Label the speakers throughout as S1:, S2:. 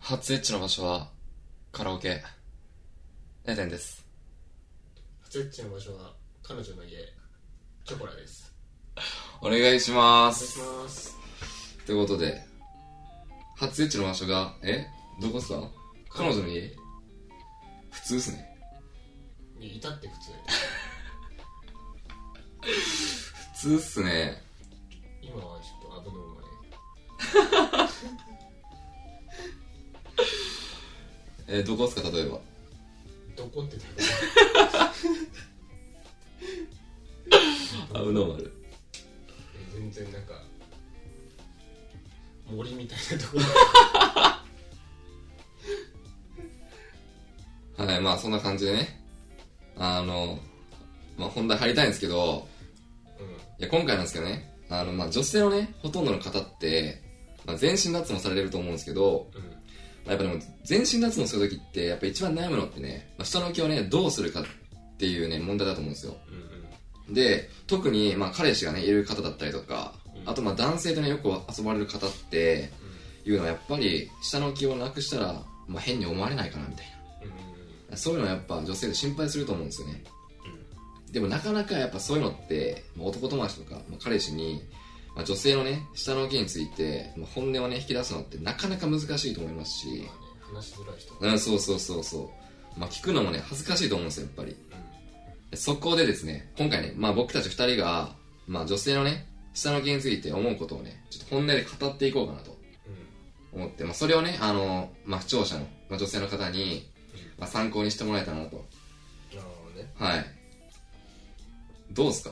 S1: 初エッチの場所は、カラオケ。エデンです。
S2: 初エッチの場所は彼女の家チョコラです
S1: お願いしま
S2: お願いし
S1: す。
S2: ます
S1: ということで、初エッチの場所が、えどこっすか彼女の家普通っすね。
S2: に至って普通
S1: 普通っすね。
S2: 今はちょっと危のない
S1: えどこっすか例えば。
S2: どこってどこ
S1: アブノーマル。
S2: え全然なんか森みたいなとこ
S1: はい、まあそんな感じでね。あの、まあ本題入りたいんですけど、
S2: う
S1: いや今回なんですけどね、あの、まあ女性のね、ほとんどの方って、まあ全身脱毛されてると思うんですけど、
S2: んうん
S1: まあやっぱでも全身脱毛するときって、やっぱ一番悩むのってね、まあ、下の毛をね、どうするかっていうね、問題だと思うんですよ。
S2: うんうん
S1: で、特に、まあ彼氏がね、いる方だったりとか、
S2: うん
S1: あとまあ男性とね、よく遊ばれる方っていうのはやっぱり、下の毛をなくしたら、まあ変に思われないかなみたいな。
S2: うん
S1: そういうのはやっぱ女性で心配すると思うんですよね。でもなかなかやっぱそういうのって、まあ男友達とか、まあ彼氏に、まあ女性のね、下の毛について、まあ本音をね、引き出すのってなかなか難しいと思います
S2: うんうん
S1: し
S2: ま、あね話しづらい人うん
S1: うん、そうそうそうそう。まあ聞くのもね、恥ずかしいと思うんですよ、やっぱり。そこでですね、今回ね、まあ僕たち二人が、まあ女性のね、下の毛について思うことをね、ちょっと本音で語っていこうかなと思って、まあそれをね、あの、まあ視聴者の、まあ女性の方に、まあ参考にしてもらえたらなと
S2: なるほどね
S1: はい。どうすか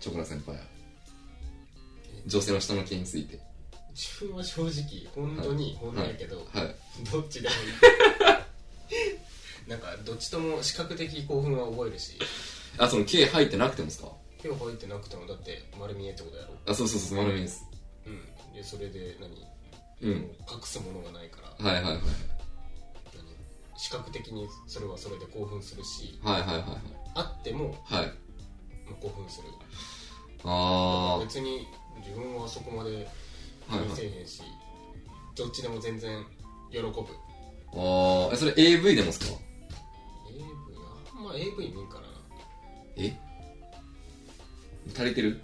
S1: チョコラ先輩は
S2: え。
S1: 女性の下の毛について。
S2: 自分は正直本当に本音やけど
S1: はい。
S2: どっちでもいいなんかどっちとも視覚的興奮は覚えるし
S1: あ、その毛入ってなくてもですか
S2: 手を入ってなくてもだって丸見えってことやろ
S1: あ、そうそうそう、丸見えです。
S2: うんでそれで何、
S1: うん。
S2: もう隠すものがないから
S1: はいはいはい。
S2: 何視覚的にそれはそれで興奮するし
S1: はいはいはい
S2: あっても、
S1: はい。はい。
S2: まあ、興奮する
S1: あ
S2: 別に自分はそこまで
S1: ー。はい
S2: 見
S1: は
S2: せ
S1: い。
S2: へんし、どっちでも全然喜ぶ
S1: あー。え、それ AV でもですか
S2: AV あんま AV 見んからな
S1: え足りてる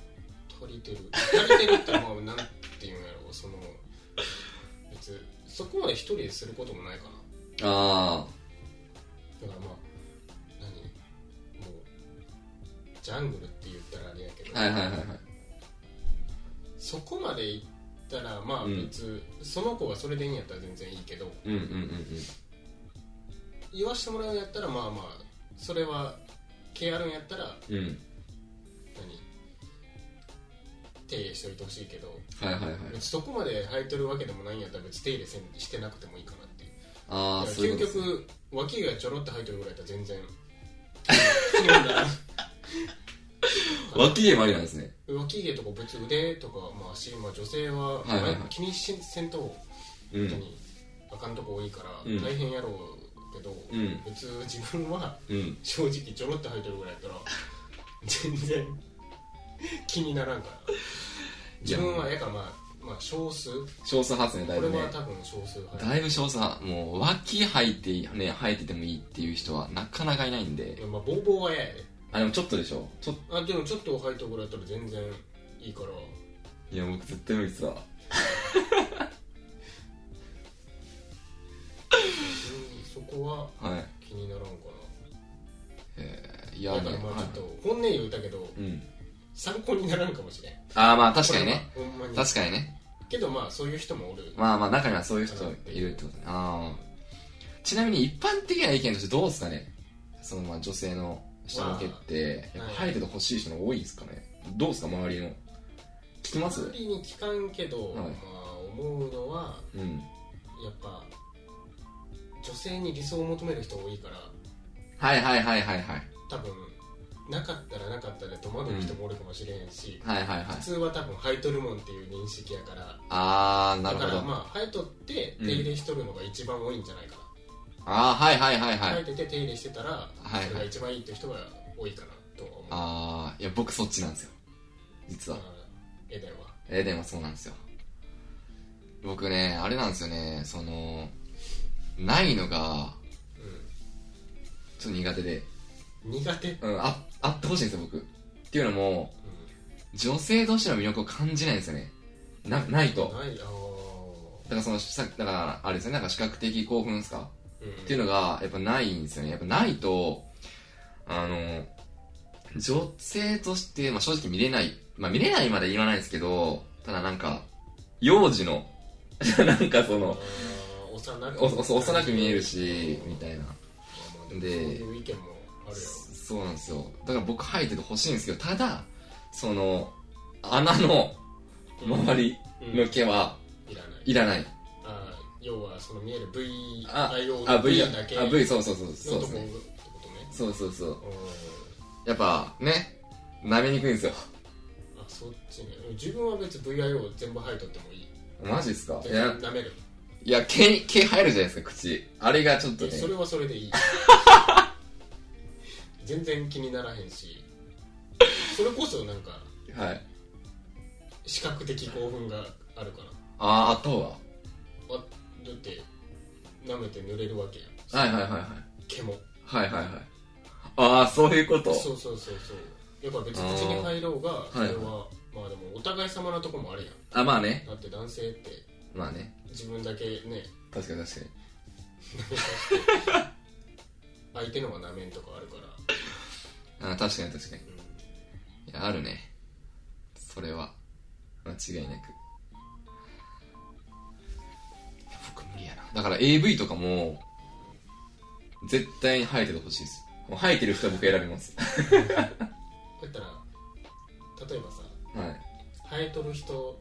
S2: 足りてる足りてるってまあなんていうんやろその別にそこまで一人ですることもないかな
S1: あ
S2: だからまあ何もうジャングルって言ったらあれやけど、
S1: ー。はいはいはいはい。
S2: そこまで行ったらまあ
S1: うん
S2: 別、その子がそれでいいんやったら全然いいけど
S1: うんうんうん
S2: 言わしてもらうんやったらまあまあそれは毛あるんやったら
S1: うん。うん。
S2: 何手入れしておいてほしいけど
S1: はいはいはい。
S2: 別にそこまで履いてるわけでもないんやったら別に手入れせんしてなくてもいいかなっていう
S1: あー、そういうこと
S2: 究
S1: ですね
S2: 極脇がちょろって履いてるぐらいだったら全然気にならん
S1: 脇毛もありなんですね。
S2: 脇毛とか別に腕とか、まあ、足、まあ、女性は、
S1: はいはいはい
S2: まあ気にしせんと本
S1: う
S2: 当
S1: ん。
S2: にあかんとこ多いから、
S1: うん
S2: 大変やろうけど、
S1: うん。
S2: 別に自分は
S1: うん。
S2: 正直ちょろって履いてるぐらいやったら 全然気にならんから自分はやからまあ、まあ、少数こ
S1: 少数派ですね、だ
S2: れ
S1: いぶね
S2: は。多分少数派
S1: だいぶ少数派もう脇生えてね生えててもいいっていう人はなかなかいないんで
S2: いやまあボーボーは嫌やで
S1: あでもちょっとでしょちょっ
S2: あでもちょっと履いてるぐらいやったら全然いいから
S1: いや僕絶対無理ですわ
S2: うんそこは
S1: はい
S2: 気にならんか
S1: えー、い
S2: な
S1: や
S2: だからまあちょっと本音言うたけど
S1: はいうん
S2: 参考にならんかもしれん
S1: ああまあ確かにね
S2: これはほんまに
S1: 確かにね
S2: けどまあそういう人もおる、
S1: まあまあ中にはそういう人いるってことねああちなみに一般的な意見としてどうですかねそのまあ女性の下の毛って
S2: まあ
S1: やっぱ生えててほしい人が多いですかねどうですか周りの聞きます
S2: 周りに聞かんけど、
S1: はい
S2: まあ思うのは
S1: うん
S2: やっぱ女性に理想を求める人多いから
S1: はいはいはいはいはい
S2: 多分なかったらなかったで戸惑う人もおるかもしれんし、
S1: はいはいはい
S2: 普通は多分ハイトルモンっていう認識やから
S1: ああな
S2: だ
S1: る
S2: か
S1: ほど
S2: らまあハイトって手入れしとるのが一番多いんじゃないか
S1: ああはいはいはい
S2: な、
S1: は
S2: ハ
S1: い
S2: イトて手入れしてたら
S1: はい
S2: それが一番いいって人が多いかなとは思うだか
S1: ああいや僕そっちなんですよ実は
S2: らエデンは
S1: エデンはそうなんですよ僕ね、あれなんですよね、その、ないのが、ちょっと苦手で、
S2: うん、苦手、うん
S1: うん、あ、あってほしいんですよ、僕。っていうのも、女性同士の魅力を感じないんですよね。な、ないと。
S2: ないあ
S1: だからその、さだから、あれですね、なんか視覚的興奮ですか
S2: ー、うん、
S1: っていう
S2: の
S1: のが、やっぱないんですよね。やっぱないと、あの、女性として、まあ、正直見れない、まあ、見れないまで言わないですけど、ただなんか、幼児の、 なんかその、
S2: 幼く
S1: おお幼く見えるし、みたいな。
S2: でもそういう意見もあるよ
S1: そうなんですよ。だから僕生えててほしいんですけど、ただ、その、穴の周り
S2: うん
S1: の毛はい
S2: らない
S1: いらない。
S2: あ要はその見える
S1: あ
S2: VIO
S1: あ、
S2: の
S1: V、
S2: V
S1: あ
S2: だけ、
S1: V、そうそうそう、そ
S2: の
S1: うで
S2: と
S1: す
S2: こ
S1: ね。
S2: ってことね
S1: そうそうそう。
S2: う
S1: やっぱ、ね、舐めにくいんですよ。
S2: んあそっちね自分は別に VIO 全部入っとってもいい
S1: マジっすかい
S2: 全
S1: や
S2: 然、舐める
S1: いや、毛、毛入るじゃないですか、口。あれがちょっと
S2: で
S1: ね。
S2: それはそれ でいい全然気にならへんしそれこそなんか
S1: はい。
S2: 視覚的興奮があるから
S1: あー、あとは。
S2: あだって舐めて濡れるわけやん
S1: はいはいはいはい。
S2: 毛も
S1: はいはいはい。あー、そういうこと。
S2: そうそうそうそうやっぱ別に口に入ろうがそれはまあでもお互い様なとこもあるやん
S1: あ、まあね。
S2: だって男性って
S1: まあね。
S2: 自分だけね
S1: 確かに確かに。
S2: 相手のが舐めんとかあるから、
S1: あー確かに確かに。
S2: うん
S1: いや、あるね。それは。間違いなく。僕無理やな。だから AV とかも、絶対に生えててほしいです。もう生えてる人は僕選びます。
S2: こうやったら例えばさ
S1: はい。
S2: 生えとる人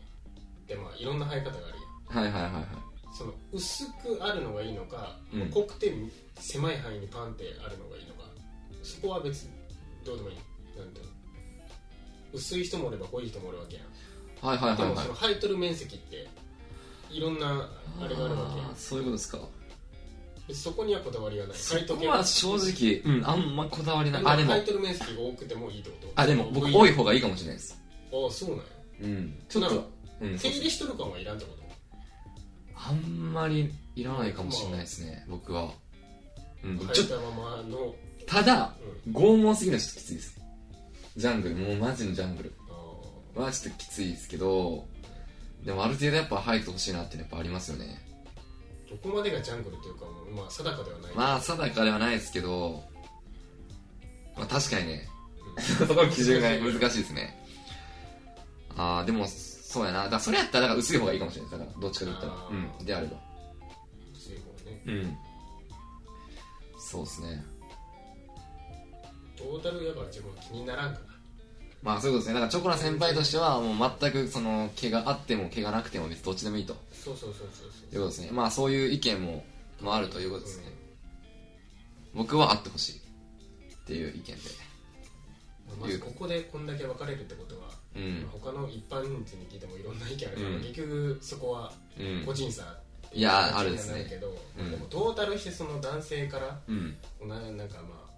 S2: ってまあいろんな生え方があるや
S1: はいはいはいはい。
S2: んその薄くあるのがいいのか、
S1: うん
S2: 濃くて狭い範囲にパンってあるのがいいのかそこは別にどうでもいいなんていうの薄い人もおれば濃い人もおるわけやん
S1: はいはい
S2: で
S1: はい
S2: も
S1: はい
S2: その。生えとる面積っていろんなあれがあるわけや
S1: あーそういうことですか。
S2: んそこにはこだわりがない
S1: そ
S2: 生えと
S1: こ
S2: け
S1: は正直、うん、あんまこだわりない。あ、でも
S2: 生え、とる面積が多くてもいいってこと
S1: あ、でも僕
S2: 多
S1: 多
S2: い
S1: い方がいいかもしれないです。
S2: ああそうなんや
S1: うん。ちょっ
S2: な
S1: と、うん、
S2: 手
S1: そう
S2: 入
S1: そう
S2: れしとる感はいらんってこと
S1: あんまりいらないかもしれないですね、僕は。うん、ちょ
S2: 生えたままの、
S1: ただ、
S2: うん、
S1: 拷問すぎるのはちょっときついです。ジャングル、もうマジのジャングル
S2: ああ
S1: はちょっときついですけど、でもある程度やっぱ入ってほしいなっていうのやっぱありますよね。
S2: どこまでがジャングルというかもう、まあ、定かではない、
S1: まあ、定かではないですけど、まあ確かにね、
S2: う
S1: そこの基準が難しいですね。ああ、でも、そうやな。だからそれやったら、だから薄い方がいいかもしれないです。だから、どっちかと言ったら
S2: あ。ー
S1: うん。であれば。
S2: ん水分ね
S1: うん。そうですね。
S2: トータルやっぱ自分は気にならんか
S1: まあ、そういうことですね。だから、チョコラ先輩としては、もう全く、その、毛があっても、毛がなくても、別にどっちでもいいと。
S2: らそうそうそうそうそう
S1: いうことですね。まあ、そういう意見も、もあるということですね。僕はあってほしい。っていう意見で。
S2: うんまずここでこんだけ分かれるってことは、
S1: うん
S2: まあ。他の一般人に聞いてもいろんな意見あるから、
S1: うん
S2: 結局そこは
S1: うん
S2: 個。人差って
S1: いやー
S2: 感じ
S1: ある
S2: に
S1: で
S2: は
S1: す
S2: な
S1: ね
S2: るけど、
S1: うん
S2: でもトータルしてその男性から
S1: うん。
S2: 同じなんかまあ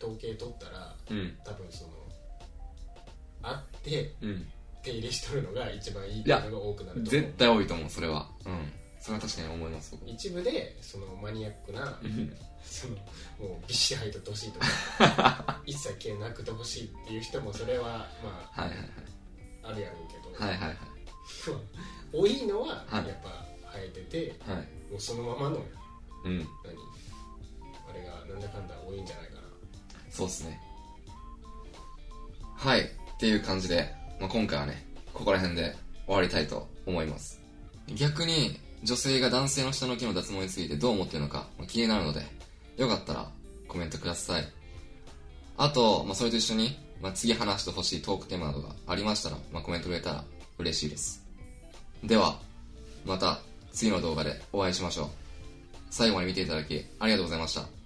S2: 統計取ったら
S1: うん。
S2: 多分そのあって
S1: うん。
S2: 手入れしとるのが一番いいっ
S1: い
S2: てい
S1: や
S2: うのが多くなると思う
S1: 絶対多いと思う、それは。うん。それは確かに思います、僕。
S2: 一部でそのマニアックな
S1: うん
S2: そのもうビッシリ入っとってほしいとか 一切毛なくてほしいっていう人もそれはま
S1: はいはいはい。
S2: ああるやろうけど、
S1: はいはいはい。
S2: 多いのはや
S1: は
S2: っ
S1: い
S2: ぱ生えてて、
S1: はい。
S2: もうそのままの
S1: うん。
S2: 何あれがなんだかんだ多いんじゃないかな
S1: そうっすね。はい。っていう感じで、まあ、今回はね、ここら辺で終わりたいと思います。逆に、女性が男性の下の毛の脱毛についてどう思ってるのか、まあ、気になるので、よかったらコメントください。あと、まあ、それと一緒に、まあ、次話してほしいトークテーマなどがありましたら、まあ、コメントくれたら嬉しいです。では、また次の動画でお会いしましょう。最後まで見ていただき、ありがとうございました。